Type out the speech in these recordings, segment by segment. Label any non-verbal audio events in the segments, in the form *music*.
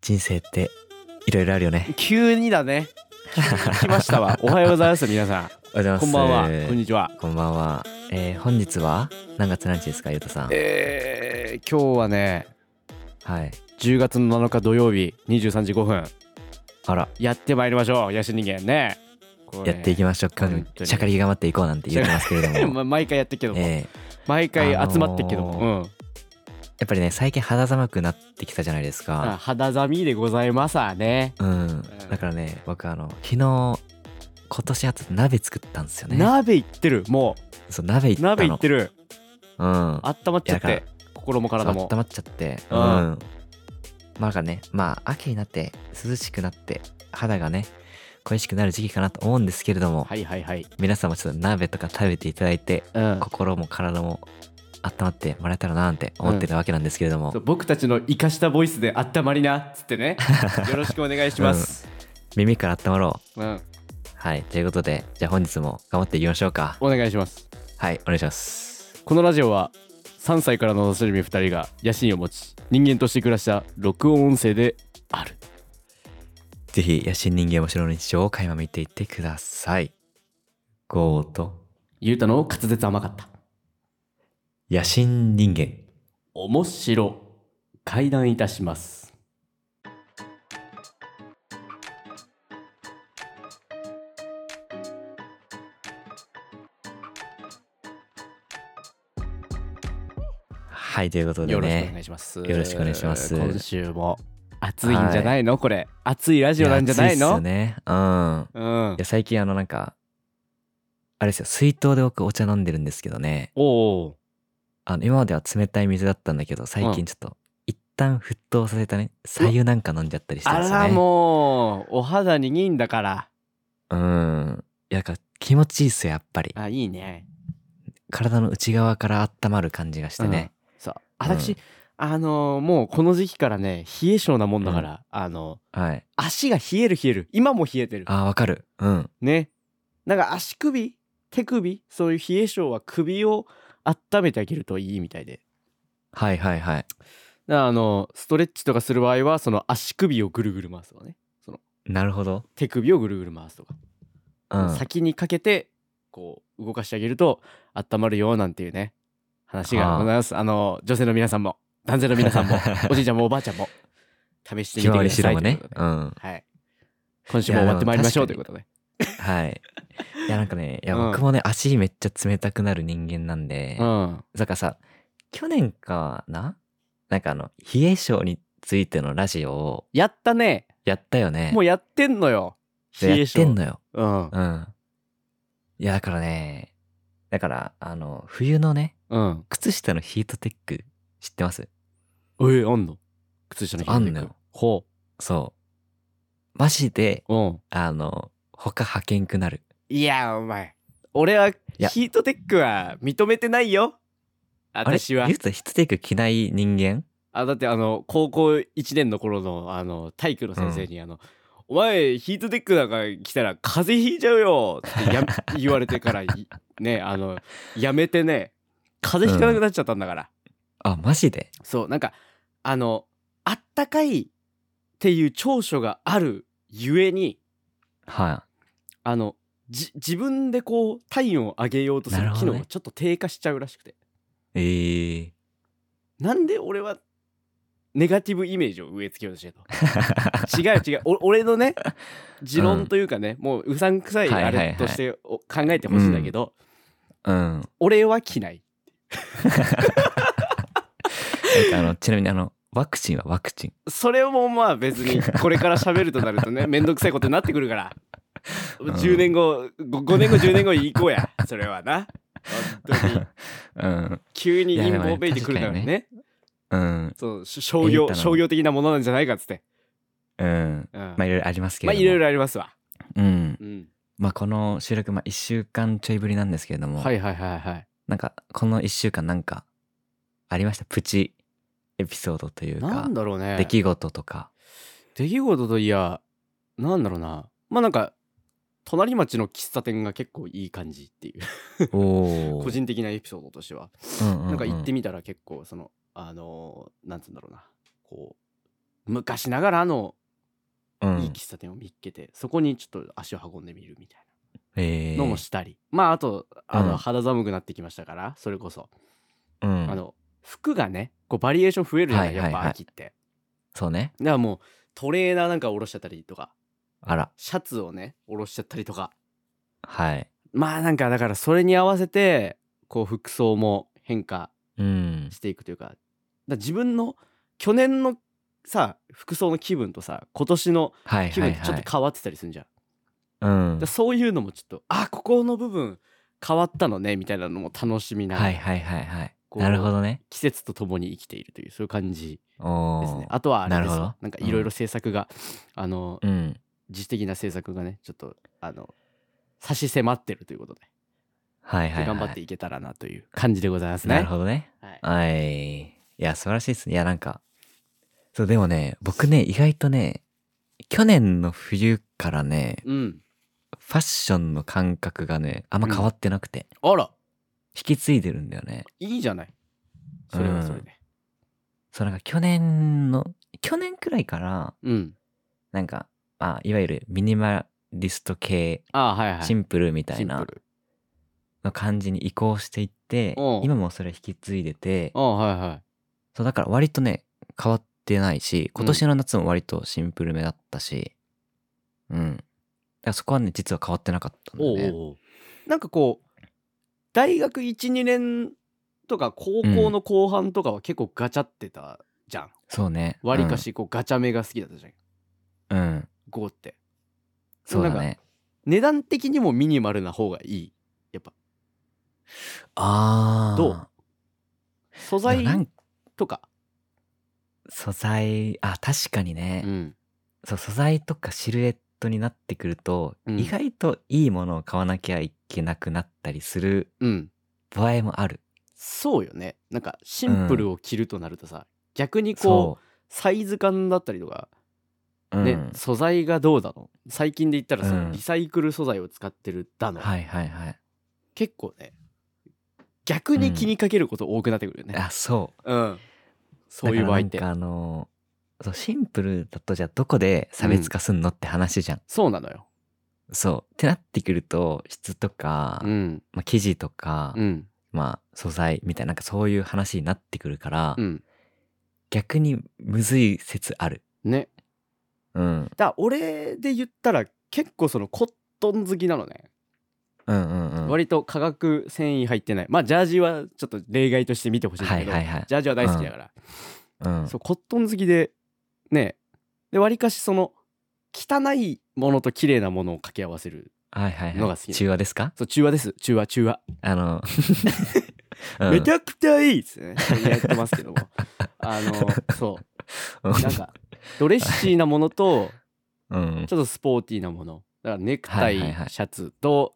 人生っていろいろあるよね。急にだね来ました *laughs* わおはようございます皆さんおはようごこんざばんいまはす。こんにちはこんばんは。えー、本日は何月何日ですか、ゆうたさん。えー、今日はねはい。 10月の7日土曜日23時5分あら、やってまいりましょう野心人間ねこうねやっていきましょう。本当にしゃかり頑張っていこうなんて言ってますけれ *laughs* ども。ま毎回やってっけども、えー、毎回集まってっけども、あのやっぱりね、最近肌寒くなってきたじゃないですうんあか。肌寒いでございますわねうん。だからね、僕あの、昨日、今年初鍋作ったんですよね。鍋いってるもそう、鍋いっうたの。鍋いってるうん。あったまっちゃっいやだて心も体そうも温まっちゃってううんん、まあなんかねまあ秋になって涼しくなって肌がね恋しくなる時期かなと思うんですけれども、はいはいはい皆さんもちょっと鍋とか食べていただいてうん心も体も温まってもらえたらななんて思ってるわけなんですけれども、そう僕たちの生かしたボイスであったまりなっつっ *laughs* てねよろしくお願いします、耳から温まろううんはいということでじゃあ本日も頑張っていきましょうかお願いしますはいお願いしますこのラジオは3歳からのおしみ2人が野心を持ち人間として暮らした録音音声であるぜひ野心人間面白の日常を垣間見ていってくださいゴーとゆうたの滑舌甘かった野心人間面白会談いたしますはいということでねよろしくお願いしますよろしくお願いします今週も暑いんじゃないの、これ暑いラジオなんじゃないや暑いっすのよね。うん。うんいや最近あのなんかあれですよ水筒で僕お茶飲んでるんですけどね。おうおうあの今までは冷たい水だったんだけど最うん近ちょっと一旦沸騰させたね左右なんか飲んじゃったりしてあですよね。らもうお肌にいいんだからうん。いやなんか気持ちいいっすよやっぱり。あいいね体の内側から温まる感じがしてね。そううん私、あのーもうこの時期からね冷え性なもんだから、あのはい。足が冷える冷える今も冷えてるあーわかる。うん。ねなんか足首手首そういう冷え性は首を温めてあげるといいみたいではいはいはい。だからあのストレッチとかする場合はその足首をぐるぐる回すとかねなるほど。手首をぐるぐる回すとか、うん。先にかけてこう動かしてあげると温まるよなんていうね話がございますあの女性の皆さんも男性の皆さ *laughs* んもおじいちゃんもおばあちゃんも試しひてみてまわくだりシさロいもというねこ。とでうん。はい今週も終わってまいりましょうということではい。いやなんかね、いやうん僕もね、足めっちゃ冷たくなる人間なんで、うんだからさ、去年かななんかあの、冷え性についてのラジオをやったねやったよね。もうやってんのよで冷やえっ性てんのよ。うんうん。いや、だからね、だから、あの、冬のね、うん靴下のヒートテック知ってますえあんの靴下のヒートテックあんのよほそう。マジで、ううんあの、他履けんくなる。いやお前俺はやヒートテックは認めてないよあれ私はゆうとヒートテック着ない人間あだってあの高校1年の頃のあの体育の先生にあの、お前ヒートテックなんか来たら風邪ひいちゃうよ」っ *laughs* てや言われてからいねあのやめてね風邪ひかなくなっちゃったんだから、あ、マジでそうなんかあのあったかいっていう長所があるゆえにはあのじ自分でこう体温を上げようとすなるるほ機どね能がちょっと低下しちゃうらしくてい。ええー。なんで俺はネガティブイメージを植え付けようとしてる *laughs* の違う違うお俺のね持論というかね、もううさんくさいはいあはいはいれとしてお考えてほしいんだけど、うん。俺は着ないなんかあのちなみにあのワクチンはワクチン。それもまあ別 *laughs* にこれから喋るとなるとねめんどくさいことになってくるから、うん10年後 5, 年後10年後行こうやそれはな本 *laughs* 当うにん急にいやで陰もね謀めいてくるからね確かうんそうし商業エイタの商業的なものなんじゃないかっつって、うん。うんまあいろいろありますけまあれども。いろいろありますわ、うん。うん、まあこの収録まあ一週間ちょいぶりなんですけれども、はいはいはいはいなんかこの一週間なんかありましたプチエピソードというなかんだろうね出来事と *laughs* か。出来事といやなんだろうなまあなんか隣町の喫茶店が結構いい感じっていうおお。個人的なエピソードとしては、うんうんうんなんか行ってみたら結構そのあのーなんつうんだろうなこう昔ながらのういいん。喫茶店を見っけて、そこにちょっと足を運んでみるみたいえーなのもしたり、まああとあうんの肌寒くなってきましたからそれこそ、うんあの服がねこうバリエーション増えるじゃない、はいはいはいやっぱ秋ってそうね。だからもうトレーナーなんか下ろしちゃったりとかあら。シャツをね下ろしちゃったりとかはい。まあなんかだからそれに合わせてこう服装も変化うん。していくというかだから自分の去年のさ服装の気分とさ今年のはい気は分っいてちょはっいと。変わってたりするじゃん、うんだから。そういうのもちょっとあここの部分変わったのねみたいなのも楽しみながら、はいはいはいはい。こうなるほどね。季節とともに生きているというそういう感じおですねー。あとはあれですなわるほなどんかいろいろ制作が、あのうん。自主的な制作がねちょっとあの差し迫ってるということではいはいはい。頑張っていけたらなという感じでございますね。なるほどね。はい、はい。いや、素晴らしいですね。いや、なんか。そう、でもね、僕ね、意外とね、去年の冬からね、うん。ファッションの感覚がね、あんま変わってなくて、あら引き継いでるんだよね。いいじゃない。それはそれで。そう、なんか去年の、去年くらいから、うん。なんか、まあ、いわゆるミニマリスト系、ああはいはい。シンプルみたシいンプなル。の感じに移行していっておう、今もそれ引き継いでてあ、あはいはい。そう、だから割とね、変わってないし、今年の夏も割とシンプルめだったし、うん。だからそこはね、実は変わってなかったんだおようね。おうおうなんかこう大学12年とか高校の後半とかは結構ガチャってたじゃん。そうね。わりかしこうガチャ目が好きだったじゃん。うん。うん。ゴーって。そうだなんかね。値段的にもミニマルな方がいい。やっぱああ。どうで素も材なんとか。素材あ確かにね、うん。そう素材とかシルエットになってくると、うん意外といいものを買わなきゃいけなくなったりするうん。場合もあるそうよね。なんかシンプルを着るとなるとさ、逆にこうそサイズ感だったりとかう、うんね、素材がどうだの最近で言ったらそのうんリサイクル素材を使ってるだの、はいはいはい結構ね逆に気にかけること多くなってくるよね、あそううんそういう場合ってだからなんかあのそうシンプルだとじゃあどこで差別化すんのって話じゃん、そうなのよそうってなってくると質とか、うんまあ、生地とか、うんまあ素材みたいななんかそういう話になってくるから、うん逆にむずい説あるねうんだから俺で言ったら結構そのコットン好きなのね、うんうんうん割と化学繊維入ってないまあジャージはちょっと例外として見てほしいんだけど、はいはいはいジャージは大好きだから、うんそうコットン好きでねでわりかしその汚いものと綺麗なものを掛け合わせるはいはいのはがい好きなの中和ですかそう中和です中和中和、あ *laughs* の、うんめちゃくちゃいいっすねやってま *laughs* すけどもあのそうなんかドレッシーなものとうんちょっとスポーティーなものだからネクタイ、はいはいはいシャツと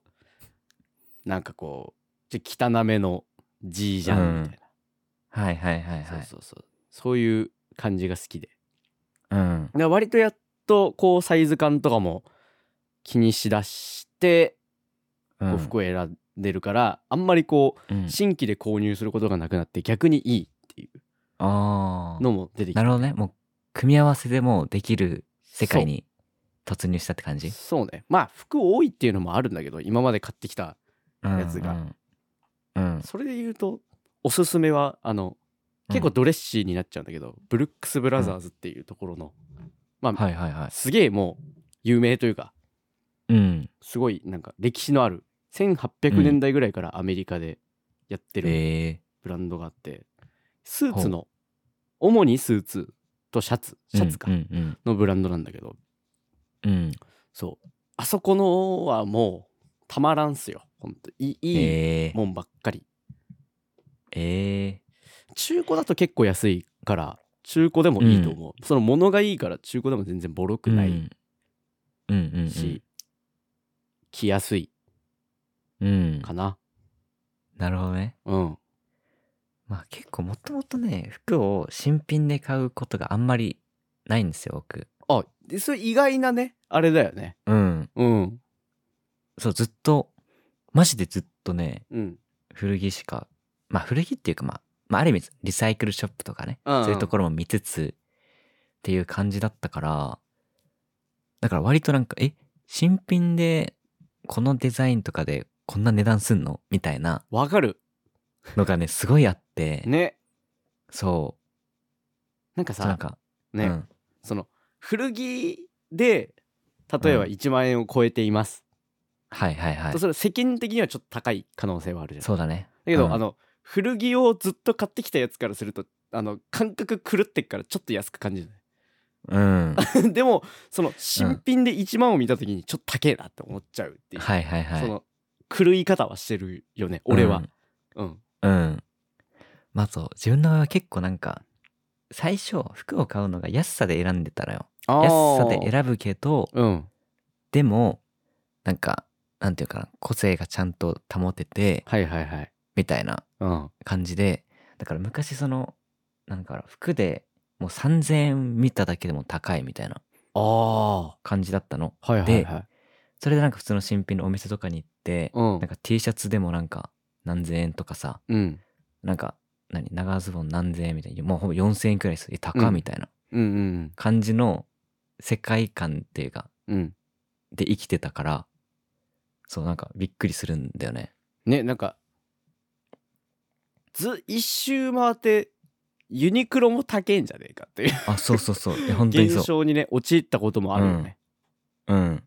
なんかこうちょっと汚めの G ジャンみたいはいはいはいな、はいそうそうそうそういう感じが好きでうんだから割とやっとこうサイズ感とかも気にしだしてうこうん服を選んでるから、あんまりこううん新規で購入することがなくなって逆にいいっていうああのも出てきてなるほどねもう組み合わせでもうできる世界に突入したって感そじうそうねまあ服多いっていうのもあるんだけど今まで買ってきたやつがうんうんうんそれで言うとおすすめはあの結構ドレッシーになっちゃうんだけど、ブルックス・ブラザーズっていうところの、まあ、はいはいはいすげえもう有名というかうんすごいなんか歴史のある1800年代ぐらいからアメリカでやってるええブランドがあってスーツの主にスーツとシャツシャツかうんうんのブランドなんだけどうんうんそうあそこのはもうたまらんすよほんといいいいええもんばっかりええ中古だと結構安いから中古でもいいと思う、その物がいいから中古でも全然ボロくなういんうんうんし、着やすいうんうんかななるほどねうんまあ結構もともとね服を新品で買うことがあんまりないんですよ僕あでそれ意外なねあれだよねうんうんそう、ずっと、マジでずっとね、うん古着しか、まあ古着っていうかまあ、まあある意味リサイクルショップとかね、うんうんそういうところも見つつ、っていう感じだったから、だから割となんか、え、新品でこのデザインとかでこんな値段すんのみたいなわかるのがね、すごいあって、ねそなんかう、そうなんさか、ね、うん、その古着で例えばうん1万円を超えています、はいはいはいと。それは世間的にはちょっと高い可能性はあるじゃないそうだね。だけど、うんあの古着をずっと買ってきたやつからするとあの感覚狂ってっからちょっと安く感じる *laughs* うん。はいでもその新品で1万を見た時にちょっと高えなって思っちゃうっていう、はいはい。その狂い方はしてるよね俺は、うんうん。うん。まあそう、自分の場合は結構なんか、最初、服を買うのが安さで選んでたのよ。あ安さーで選ぶけど、うんでも、なんか、なんていうかな、個性がちゃんと保てて、はいはいはいみたいなうん感じで、だから昔その、なんか服でもう3000円見ただけでも高いみたいなああは感じだったの。いはいはいそれでなんか普通の新品のお店とかに行って、うんなんか T シャツでもなんか何千円とかさ、うんなんか何長ズボン何千円みたいなもうほぼ4,000円くらいですえ高うっんみたいなうんうん感じの世界観っていうかうんで生きてたからそうなんかびっくりするんだよねねなんかず一周回ってユニクロも高えんじゃねえかっていうあそうそうそういや本当に現そ象にね陥ったこともあるよね、ううん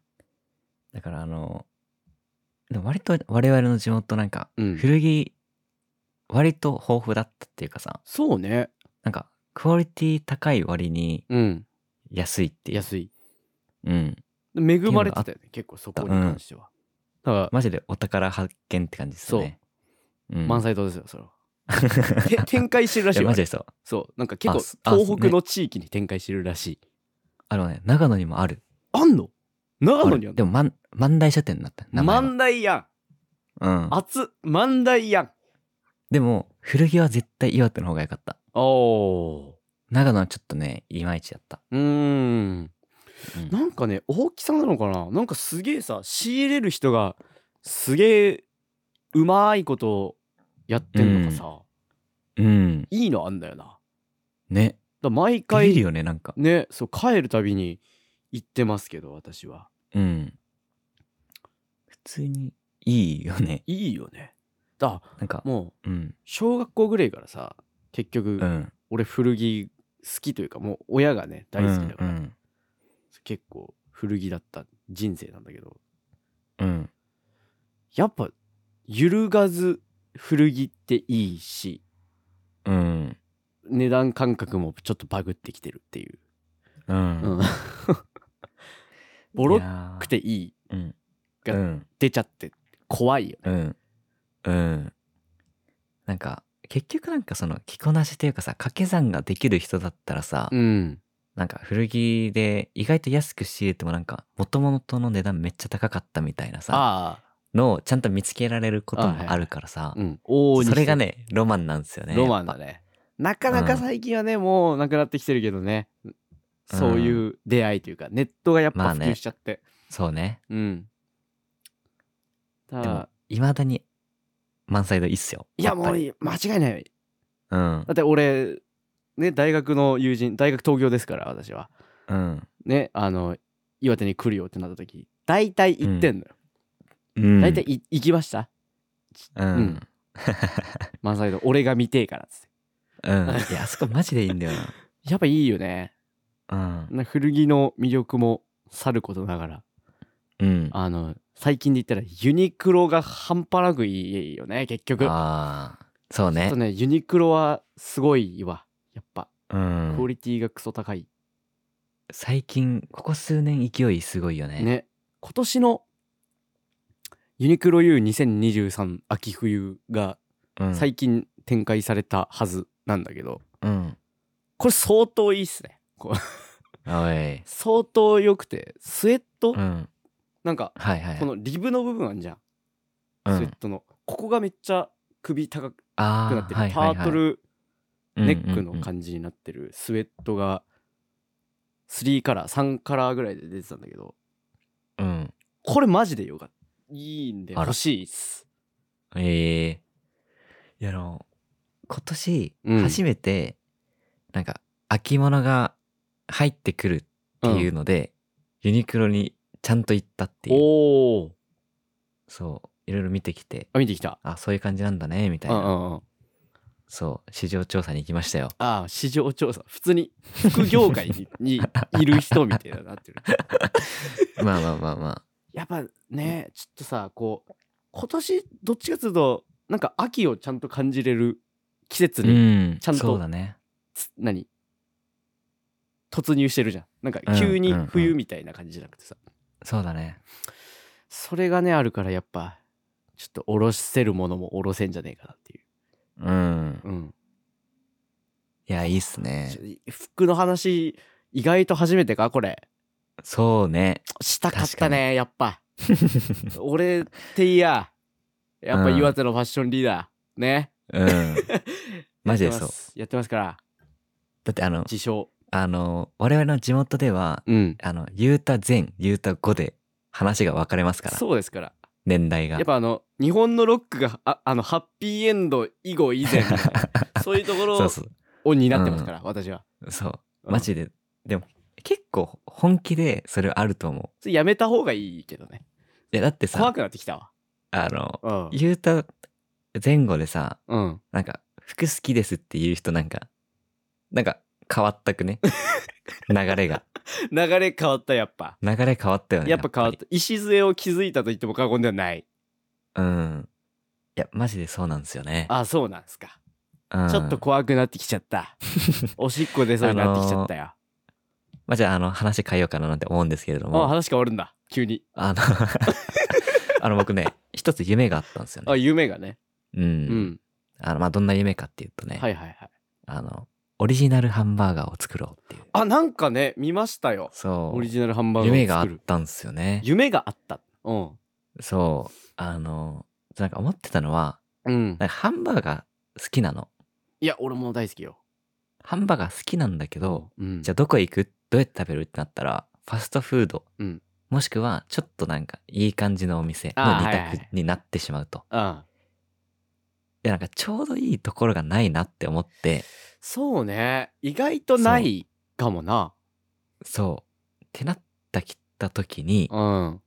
だからあのでも割と我々の地元なんかうん古着割と豊富だったっていうかさそうねなんかクオリティ高い割にうん安いっていう安いうん恵まれてたよね結構そこに関しては、だからマジでお宝発見って感じですよねそう、ん、満 *laughs* 載堂ですよそれはて展開してるらしいいやよマジでそうそうなんか結あ構すあ東北ねの地域に展開してるらしいあのね、長野にもある。あんの長野にああんるでのも、万、万代書店になった。名前は万代やんうん。熱万代やんでも、古着は絶対岩手の方が良かった。おお長野はちょっとね、いまいちだった。うーんうんなんかね大きさなのかななんかすげえさ仕入れる人がすげえうまいことやってんのかさ、うん。いいのあんだよなだかね。ら毎ビビる回よね、なんか。ねそう帰るたびに行ってますけど私はうん。普通に、いいよね。いいよねだか、なんからもううん。小学校ぐらいからさ結局うん。俺古着好きというかもう親がね大好きだから、うん。結構古着だった人生なんだけどうんうん。やっぱ揺るがず古着っていいしうん。値段感覚もちょっとバグってきてるっていう、うん。ううんん、 *laughs* ボロいやーくていいうん。がうん。出ちゃって怖いようん。うん。なんか、結局なんかその着こなしというかさ掛け算ができる人だったらさ、うんなんか古着で意外と安く仕入れてもなんか元々の値段めっちゃ高かったみたいなさあのをちゃんと見つけられることあはいもあるからさあ、うん往々にしてそれがねロマンなんですよねロマンだやっねなかなか最近はね、もうなくなってきてるけどねそういう出会いというかネットがやっまぱあ普ね及しちゃって、ぱそうねうんたでもだいまだに満載でいいっすよいやもっぱうりいい間違いないうんだって俺ね大学の友人大学東京ですから私はうんねあの岩手に来るよってなった時大体行ってんのよ、うん大体い行きましたうん、ううんん満載の俺が見てえからっつっていやあそこマジでいいんだよやっぱいいよね *laughs* なな古着の魅力もさることながらうん、うん、ああの最近で言ったらユニクロが半端なくいいよね結局あーそうちょっねとねユニクロはすごいわやっぱうクオんリティがクソ高い、最近ここ数年勢いすごいよねね今年のユニクロ U2023 秋冬がうん、最近展開されたはずなんだけど、うんこれ相当いいっすねこう *laughs* おい相当良くてスウェット、うんなんかはいはいこのリブの部分あんじゃん、うんスウェットのここがめっちゃ首高くあなってる、ーはいはいはいタートルネックうんうんうのん感じになってるスウェットが3カラー3カラーぐらいで出てたんだけどうん。これマジでよかったいいんであら欲しいっすええいや、あの、今年うん、初めて、なんか、秋物が入ってくるっていうので、ユニクロにちゃんと行ったっていう。おおそう。いろいろ見てきて、あ見てきたあ、そういう感じなんだね、みたいうんうな。んうんそう。市場調査に行きま *laughs* したよ。ああ市場調査普通に副業界ににいる人みたいになっ *laughs* てるまあまあまあまあ。やっぱねちょっとさこう今年どっちかというとなんか秋をちゃんと感じれる季節うに、ん。ちゃんとそうだね。つ何突入してるじゃんなんかうん急にうんうん冬みたいな感じじゃなくてさ、そうだね。それがねあるからやっぱちょっと下ろせるものも下ろせんじゃねえかなっていう、うん。うんいや、いいっすねち。ょ服の話意外と初めてかこれそうね。したかったねやっぱ俺っていややっぱうん岩手のファッションリーダーね *laughs* うん。マジでそう。やってますからだってあの、自称あの、我々の地元では、うんあの、言うた前、言うた後で話が分かれますから、そうですから年代が。やっぱあの日本のロックがああのハッピーエンド以後 *laughs* 以前そういうとこそろうそう。を担ってますから、私はそう。うんマジで。でも、結構本気でそれはあると思う。それやめた方がいいけどねいや、だって怖さ、くなってきたわあの、うん言うた前後でさ、うんなんか、服好きですっていう人なんか、なんか変わったく *laughs* ね。流れが。流れ変わったやっぱ流れ変わったよね。やっぱ変わっりた礎を築いたと言っても過言ではないうん。いや、マジでそうなんですよね。あそうなんですかうんちょっと怖くなってきち *laughs* ゃった。おしっこ出そうになってきちゃったよ。まあ、じゃあ、あの、話変えようかななんて思うんですけれどあも、話変わるんだ。急に。あの、 *laughs* あの、僕ね、一つ夢があったんですよあ、ね。夢がね。うん。うん。あの、まあ、どんな夢かっていうとね、はいはいはい。あの、オリジナルハンバーガーを作ろうっていう。あ、なんかね、見ましたよ。そオリう。ジナルハンバーガーを作る。夢があったんですよね。夢があった。うん。そう。あの、なんか思ってたのは、うん。なんかハンバーガー好きなの。いや、俺も大好きよ。ハンバーガー好きなんだけど、うん。じゃあどこ行くどうやって食べるってなったら、ファストフード、うんもしくはちょっとなんかいい感じのお店のあー二はいはいは択いになってしまうと。あ、で、なんかちょうどいいところがないなって思って、そうね。意外とないかもな。そう。ってなったきた時にう、ん。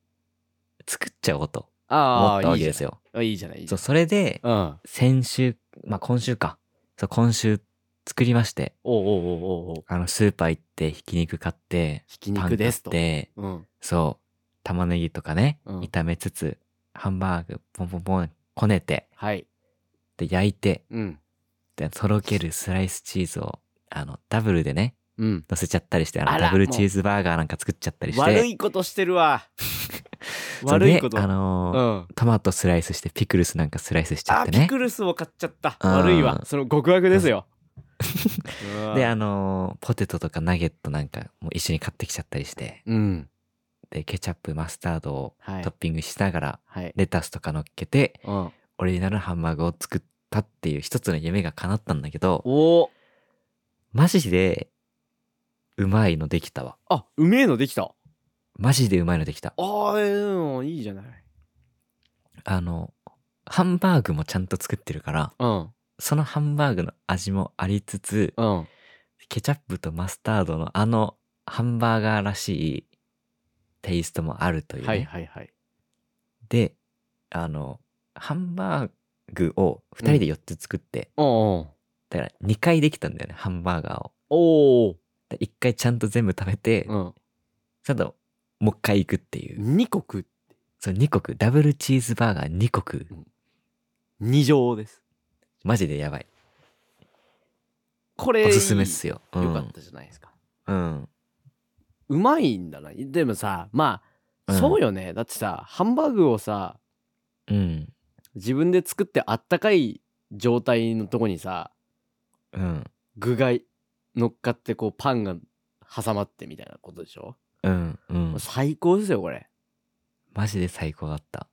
作っちゃおうと思あったあ、わいけいじゃですないよ。あ。いいじゃない。いいじそゃう、それで、ないうん。先週、まあ今週か。そう、今週作りまして、おうおうおうおうおう。あの、スーパー行って、ひき肉買って、ひきパン肉買でっすと。て、うん。そう、玉ねぎとかね、うん炒めつつ、ハンバーグ、ポンポンポン、こねて、はい。で、焼いて、うん。で、とろけるスライスチーズを、あの、ダブルでね、うん。乗せちゃったりして、あのあらダブルチーズバーガーなんか作っちゃったりして。悪いことしてるわ。 *laughs* そう悪いこと。であのーうん。トマトスライスして、ピクルスなんかスライスしちゃあってピね。クルスを買っちゃったうん悪いわその極悪ですよ *laughs* で、あののーポテトとかナゲットなんかも一緒に買ってきちゃったりして、うんで、ケチャップ、マスタードをはいトッピングしながら、はいレタスとか乗っけて、うんオリジナルハンバーグを作ったっていう一つの夢が叶ったんだけど、おーマジで、うまいのできたわ。あうめえのできたマジでうまいのできた。あーうんいいじゃないあの、ハンバーグもちゃんと作ってるから、うんそのハンバーグの味もありつつ、うんケチャップとマスタードのあのハンバーガーらしいテイストもあるという、ねはいはいはいで、あの、ハンバーグを2人で4つ作って、おうだから2回できたんだよね、ハンバーガーを。おう1回ちゃんと全部食べて、おおちゃんともう1回行くっていうう。ん二国その2国、ダブルチーズバーガー2国、二乗ですマジでやばい。これおすすめっすよよ。うんよかったじゃないですかうん。うまいんだなでもさまあうんそうよねだってさハンバーグをさうん。自分で作ってあったかい状態のとこにさうん。具が乗っかってこうパンが挟まってみたいなことでしょ、うん。うんもう。最高ですよこれマジで最高だった。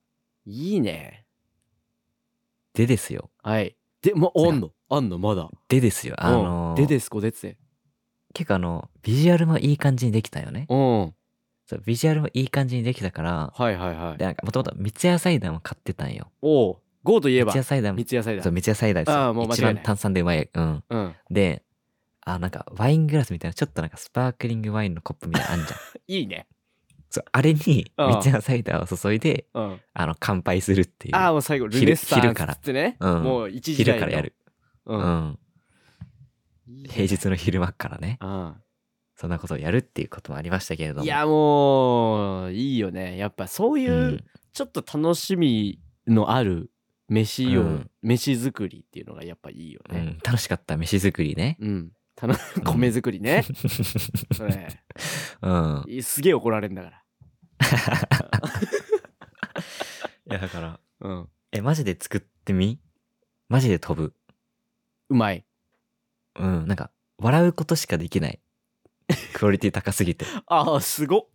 いいねでですよ。はいでもそうあやんのあんのまだでですよ。あうのんーでですこでつて結構あの、ビジュアルもいい感じにできたよね。うんはいそう、ビジュアルもいい感じにできたから、はいはいで、なんか、もともと三ツ矢サイダーも買ってたんよ。おうゴーといえ三ばツ矢サイダーも三、ツ矢サイダそう、ー三ツ矢サイダーですよああもう間違いない一番炭酸でうまい。うん。うんで、あ、なんかワイングラスみたいな、ちょっとなんかスパークリングワインのコップみたいなのあ *laughs* んじゃん。いいね。そう、あれに、ああ三ツ矢サイダーを注いで、うん。あの、乾杯するっていう。ああ、もう最後、ル昼ネッサンス昼っからつってね。うんもう一時代昼かのらやる。う。うんん。いいね平日の昼間からね、うん。そんなことをやるっていうこともありましたけれども。いや、もう、いいよね。やっぱそういうう、ん、ちょっと楽しみのある飯を、うん飯作りっていうのがやっぱいいようね。ん楽しかった飯作り *laughs* ね。うん。たの米作 *laughs* りね。ねうん。えすげえ怒られるんだかいや、だから、ら。うん。え、マジで作ってみマジで飛ぶ。うまい。うん、なんか、笑うことしかでき *laughs* ない。クオリティ高すぎて。ああ、すごっ。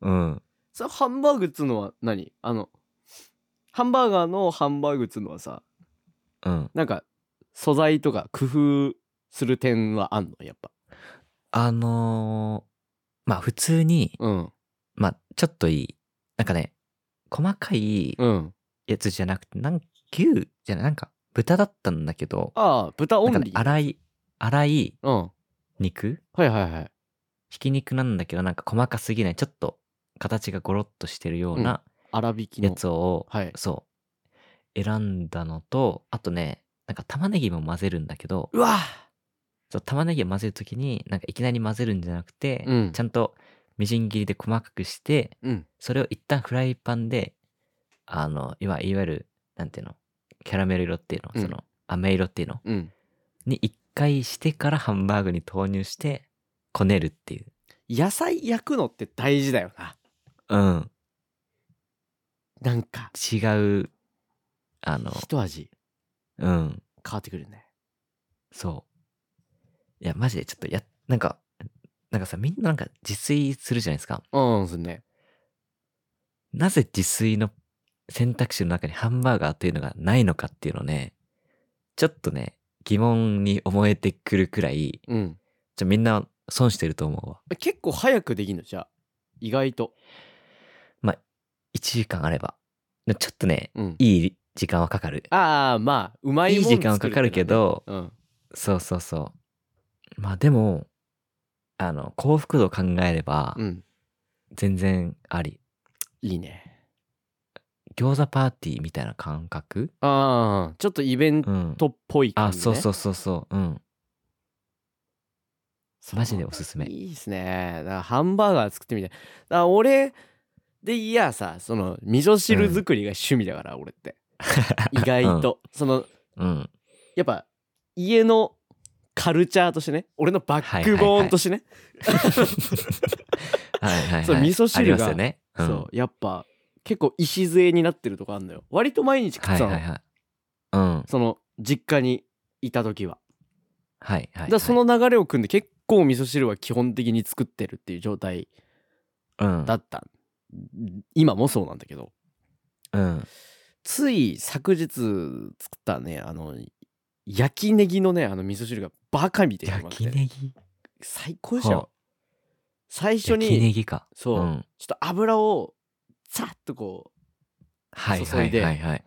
うん。さハンバーグっつうのは何あのハンバーガーのハンバーグっつうのはさうん。なんか素材とか工夫する点はあんのやっぱあのーまあ普通に、うんまあちょっといい。なんかね、細かいうんやつじゃなくて、なん牛じゃない、なんか豚だったんだけど、ああ豚なオんかンねリー、粗い、粗いうんは肉いはいはいひき肉なんだけど、なんか細かすぎない。ちょっと形がゴロッとしてるような粗挽きやのつを、はいそう、選んだのと、あとね、なんか玉ねぎも混ぜるんだけど、うわそう玉ねぎを混ぜるときになんかいきなり混ぜるんじゃなくて、うんちゃんとみじん切りで細かくしてうんそれを一旦フライパンであのいわいわゆるなんていうのキャラメル色っていうの、うんその飴色っていうのうんに一回してからハンバーグに投入してこねるっていう野菜焼くのって大事だよなうんなんか違うあの一味うん変わってくるねそういやマジでちょっとやなんかなんかさみんななんか自炊するじゃないですかうんすねなぜ自炊の選択肢の中にハンバーガーというのがないのかっていうのをね、ちょっとね、疑問に思えてくるくらい、うんちょみんな損してると思うわ。結構早くできるのじゃあ意外と1時間あれば。でちょっとね、うんいい時間はかかる。ああまあうまいもいんい時間はかかるけど作るっていうのはねそうそうそう。まあでも、あの、幸福度を考えればう、んうん全然あり。いいね餃子パーティーみたいな感覚ああちょっとイベンうん。トっぽい感あ、じ、ね、そうそううそうそう。うん。マジでおすすめ。いいですねだからハンバーガー作ってみたいだから俺でいやさその味噌汁作りが趣味だから、俺って意外と、その *laughs* うん。やっぱ家のカルチャーとしてね俺のバックボーンとしてね、はいはい、はい。そう味噌汁がありますよね。うんそうやっぱ結構礎になってるとこあんのよ割と毎日食ってはいたの、はいはい。うん。その実家にいた時ははいはい、はだい。からそ、の流れを組んで結構味噌汁は基本的に作ってるっていう状態うん。だった、今もそうなんだけどうん。つい昨日作ったねあの焼きネギのねあの味噌汁がバカみたいにうまく焼てきネギ最高でしはたあよ最初焼きネにギか。そう、ん。ちょっと油をザッとこはい注はいいではいはい。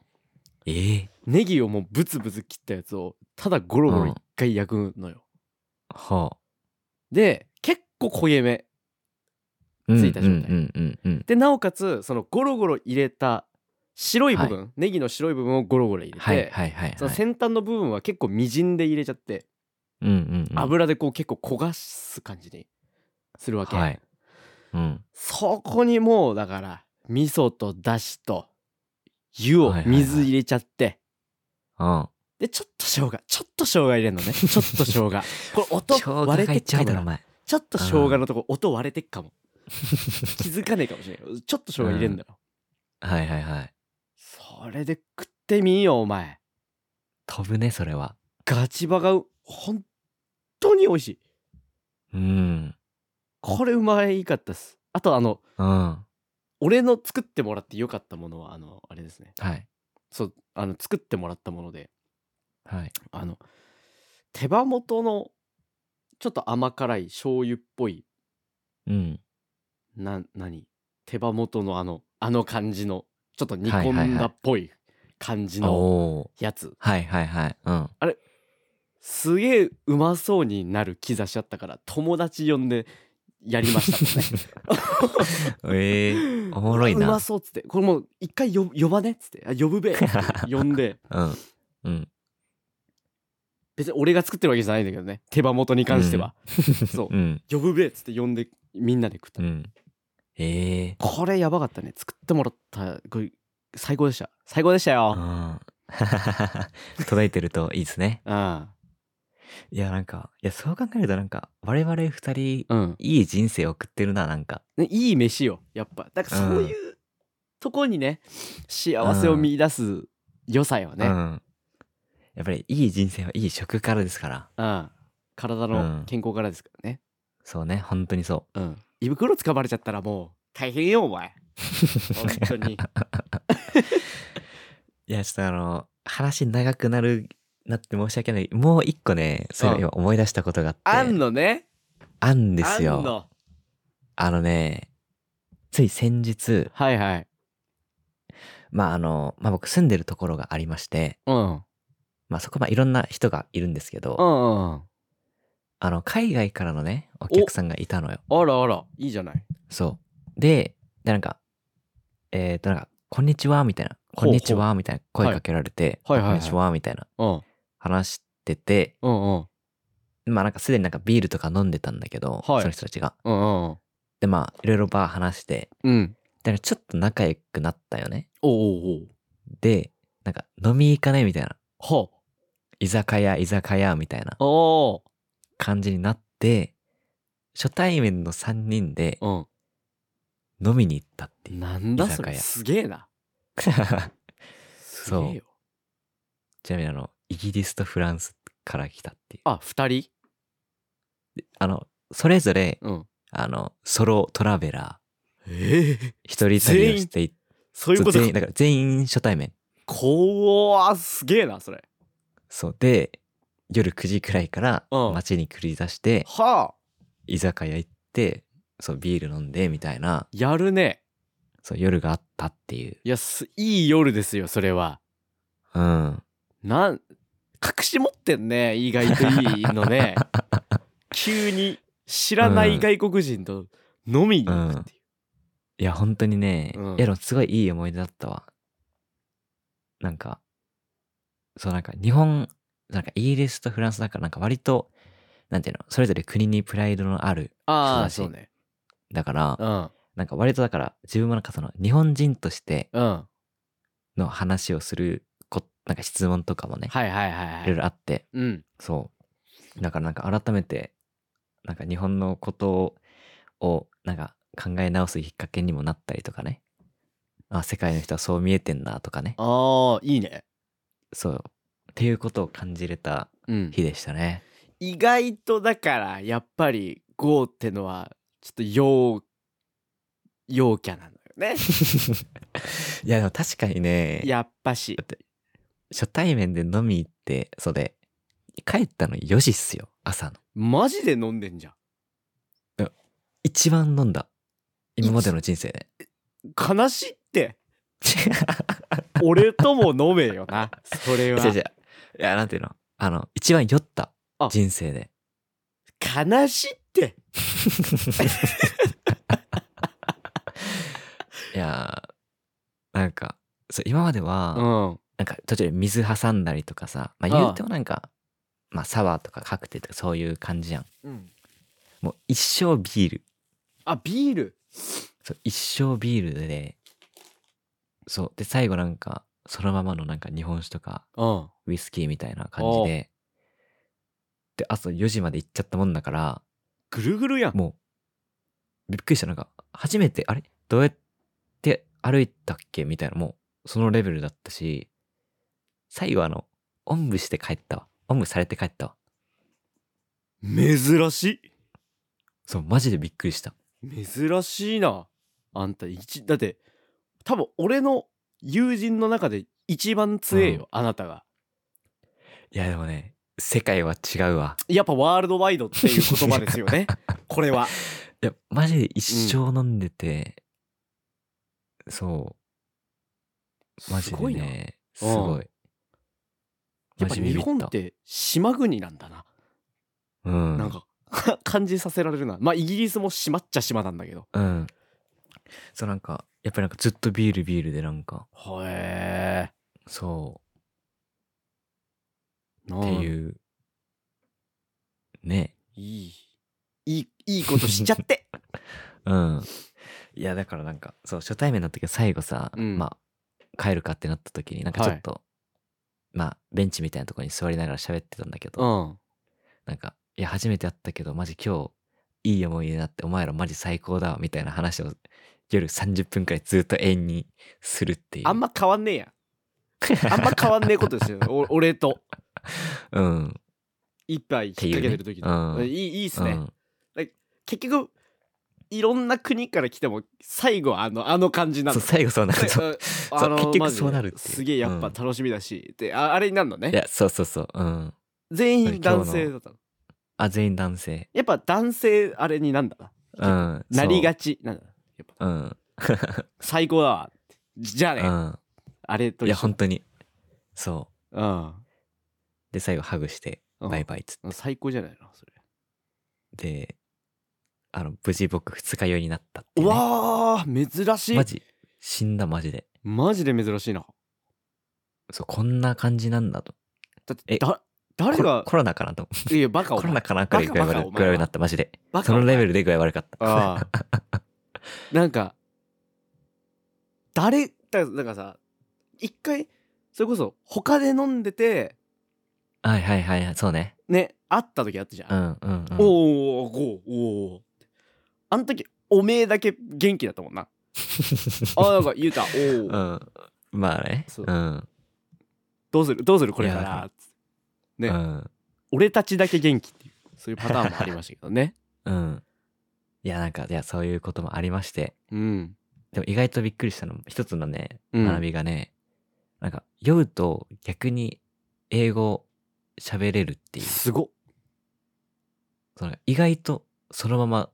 ええうネギをもうブツブツ切ったやつをただゴロゴロ一回焼くのよ、はあ。で結構濃いめうんついた状態うんうんうんうん。でなおかつそのゴロゴロ入れた白い部分、ネギの白い部分をゴロゴロ入れて、はいはいはい、そのはい。先端の部分は結構みじんで入れちゃってうんうんうん。油でこう結構焦がす感じにするわけ、はい。うん。そこにもうだから味噌とだしと湯をはいはいはい水入れちゃって、うん。でちょっと生姜ちょっと生姜入れる *laughs* のねちょっと生姜これ音割がれいってちゃっいだかろ、おもな前。ちょっと生姜のとこ音割れてっかも気づかねえかもしれんよちょっと生姜入れんだよ、はいはいはい。それで食ってみんよお前飛ぶね、それは。ガチバが本当に美味しいうん。これうまいかったっすあとあのうん。は俺の作ってもらってよかったものはあのあれですねい。そうあの作ってもらったものではい。あの手羽元のちょっと甘辛い醤油っぽいうん。な何手羽元のあのあの感じのちょっと煮はいは込いんはだいっぽい感じおのおー。やつ、はいはいはい。うん。すげえうまそうになる兆しあったから友達呼んでやりましたもん *laughs* ねええおもろいうなま。そうっつってこれもう一回よ呼ばねっつってあ呼ぶ *laughs* べっつって呼んでうん。うん。別に俺が作ってるわけじゃないんだけどね手羽元に関しては、そううん。呼ぶべっつって呼んでみんなで食った、うん。ええこれやばかったね作ってもらったこれ最高でした最高でしたよ、うん。 *laughs* 届いてるといいですね。うんいや、なんか、いや、そう考えるとなんか、我々二人、うんいい人生送ってるな、なんか。ね、いい飯よやっぱだからそういううとこにね幸せを見出す良さよね、ううんん。やっぱり、いい人生はいい食からですから。体の健康からですからね、そうね、本当にそうん、胃袋つかまれちゃったらもう大変よ *laughs* お前う。本当にいや、ちょっとあの、話長くなる、なって申し訳ない。もう一個ね、そういえば今思い出したことがあって。あんのねあんですあんよ。のあのね、つい先日、はいはいまああの、まあ僕住んでるところがありまして、うんまあそこまあいろんな人がいるんですけど、うんうんあの、海外からのね、お客さんがいたのよ。あらあらいいじゃないそう。で、でなんか、えっ、となんか、こんにちは、みたいな、ほうほうこんにちは、みたいな声かけられて、はいはいはいはいこんにちは、みたいなうん話してて、うんうんまあなんかすでになんかビールとか飲んでたんだけど、はいその人たちが。うんうんでまあいろいろバー話して、うんでなんかちょっと仲良くなったよね。おうおうで、なんか飲み行かねみたいな。おうは居酒屋、居酒屋みたいなあお感じになって、初対面の3人でう飲みに行ったってういう。 *laughs* んなんだそ居酒れ屋すげえなすげえよちなみにあの、イギリスとフランスから来たっていう。あ二人あの、それぞれ、うんあの、ソロトラベラええー、一人旅をしていそういうこと全か員、だから全員初対面。怖っすげえなそれそう。で、夜9時くらいからうん街に繰り出して、はあ居酒屋行って、そう、ビール飲んで、みたいな、やるねそう、夜があったっていう。いやすいい夜ですよそれはうん。なん隠し持ってんね意外といいのね *laughs* 急に知らない外国人と飲みに行くっていう、いや、本当にね、うんいや、でもすごいいい思い出だったわ。なんか、そう、なんか日本、なんかイギリスとフランスだから、なんか割と、なんていうの、それぞれ国にプライドのある、ああ素そ晴らしいうねだからう、んなんか割とだから、自分もなんかその、日本人としてうんはの話をするこ、なんか質問とかもねい、はいはいいろいはいろあって、うんそう。だからなんか改めて、なんか日本のことを、なんか考え直すきっかけにもなったりとかね。あ、世界の人はそう見えてんだとかね。ああいいねそう。っていうことを感じれたうん日でしたね。 *laughs* 意外とだからやっぱり GO ってのはちょっと陽陽キャなのよ *laughs* ねいや、でも確かにね、やっぱしだって、初対面で飲み行って、そうで、帰ったの4時っすよ、朝の。マジで飲んでんじゃん一番飲んだ。今までの人生で。悲しいって *laughs* 俺とも飲めよなそれは違う違う。いや、なんていうのあの、一番酔ったあ。人生で。悲しいって *laughs* いやー、なんか、そう、今までは、うんなんか途中で水挟んだりとかさ、まあああ言うてもなんか、まあサワーとかカクテルとかそういう感じじゃん。うんもう一生ビール。あビールそう、一生ビールで、そう、で最後なんか、そのままのなんか日本酒とかうんウイスキーみたいな感じで、で、朝4時まで行っちゃったもんだから、ぐるぐるやんもう、びっくりした。なんか、初めて、あれどうやって歩いたっけみたいな、もう、そのレベルだったし、最後あの、おんぶして帰ったわ。おんぶされて帰ったわ。珍しそう、マジでびっくりした。い珍しいなあんた一だって多分俺の友人の中で一番強えよ、あなたがいや、でもね、世界は違うわ。やっぱワールドワイドっていう言葉ですよ *laughs* ねこれはいや、マジで一生飲んでて、そう、マジすでごいなね、すごい。やっマぱジビ日ビった本って島国なんだな、うん。なんか感じさせられるなまあイギリスも島っちゃ島なんだけどうん。そうなんか、やっぱりなんかずっとビールビールでなんか、へえそっう、っていう、ね。いいいいいいことしちゃって *laughs* うん。いや、だからなんか、そう、初対面の時は最後さ、うんまあ、帰るかってなった時に、なんかちょっと、まあ、ベンチみたいなところに座りながら喋ってたんだけど、んなんか、いや、初めて会ったけど、マジ今日、いい思い出になって、お前らマジ最高だわ、みたいな話を、夜30分くらいずっと延にするっていう。あんま変わんねえやあんま変わんねえことですよお俺と *laughs* うん。一杯引っ掛けてる時っていうねうんにいいいいっすうねん結局いろんな国から来ても最後あのあの感じなそのう、最後そうなんかそう。でうあの結局マジでそうなるっていうすげえやっぱうん楽しみだし、でああれになるのいねや、そうそうそう。うん。全員男性だったのあ、全員男性。やっぱ男性あれになんだうなん。なりがち。ちなんだなやっぱうん。最高だわじゃあね、うん。あれとい一や、緒本当に。そうんう。で、最後ハグして、うんバイバイっつっ最高じゃないのそれて。で、あの、無事僕二日酔いになったっていううね、わー珍しいマジ死んだマジで。マジで珍しいなそう、こんな感じなんだと。だっえてだ誰コロがコロナかなと思いやバカう。おコロ前ナかなくらい具合バ悪カバカいお前は具合悪いなったマジで。バカそおの前レベルで具合悪かった。あ *laughs* あなんか誰だなんかさ一回それこそ他で飲んでてはいはいはいはい、そうね。ね会った時あったじゃん、うんうん、うん。おおおーおーおおあの時おめえだけ元気だったもんなあーなんか *laughs* 言うたおお、 *laughs* うん。まあね。そううん。どうするどうするこれかいやだかららつってねうん。俺たちだけ元気っていうそういうパターンもありましたけどねうん。いや、なんか、いや、そういうこともありまして、うんでも意外とびっくりしたのも、一つのね、うん学びがね、なんか、酔うと逆に英語喋れるっていう、すごっその意外とそのまま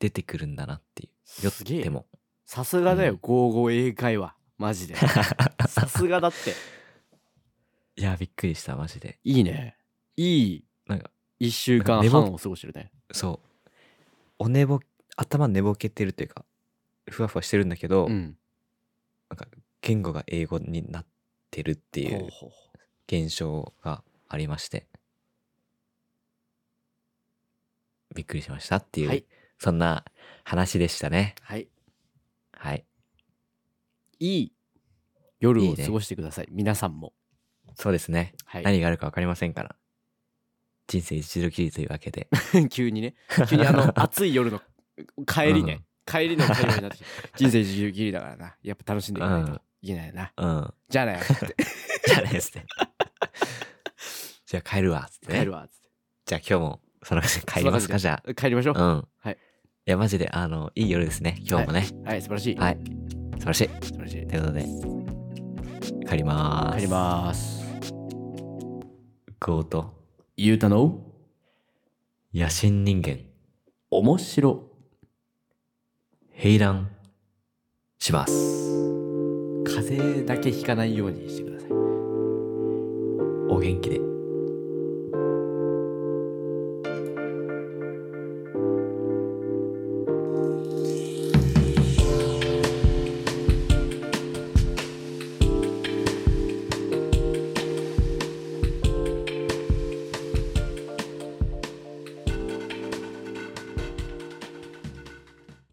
出てくるんだなっていう。酔っすげえても。さすがだよ、うん55英会話マジでさすがだって *laughs* いや、びっくりした、マジで。いいねいいなんか、 1週間寝ぼ半を過ごしてるねそう。お寝ぼ、頭寝ぼけてるというか、ふわふわしてるんだけど、うん言語が英語になってるっていほううほうほう現象がありましてびっくりしましたっていう、はいそんな話でしたねはいはいいい夜いをいね過ごしてください皆さんもそうですね、はい何があるか分かりませんから人生一度きりというわけで *laughs* 急にね急にあ *laughs* の暑い夜の帰りね、帰りの会話になって *laughs* きて人生自由切りだからなやっぱ楽しんでいかないといけないな、うんじゃ *laughs* あねじゃあねですね *laughs* じゃあ帰るわっつってね帰るわっつっじゃあ今日もその感じで帰りますかじゃて帰りましょう、あうんはいいやマジであのいい夜ですね今日もねはい素晴らしい、はい、素晴らしい素晴らしいということで帰りまーす帰ります強盗ゆうたの野心人間面白平乱します風邪だけひかないようにしてくださいお元気で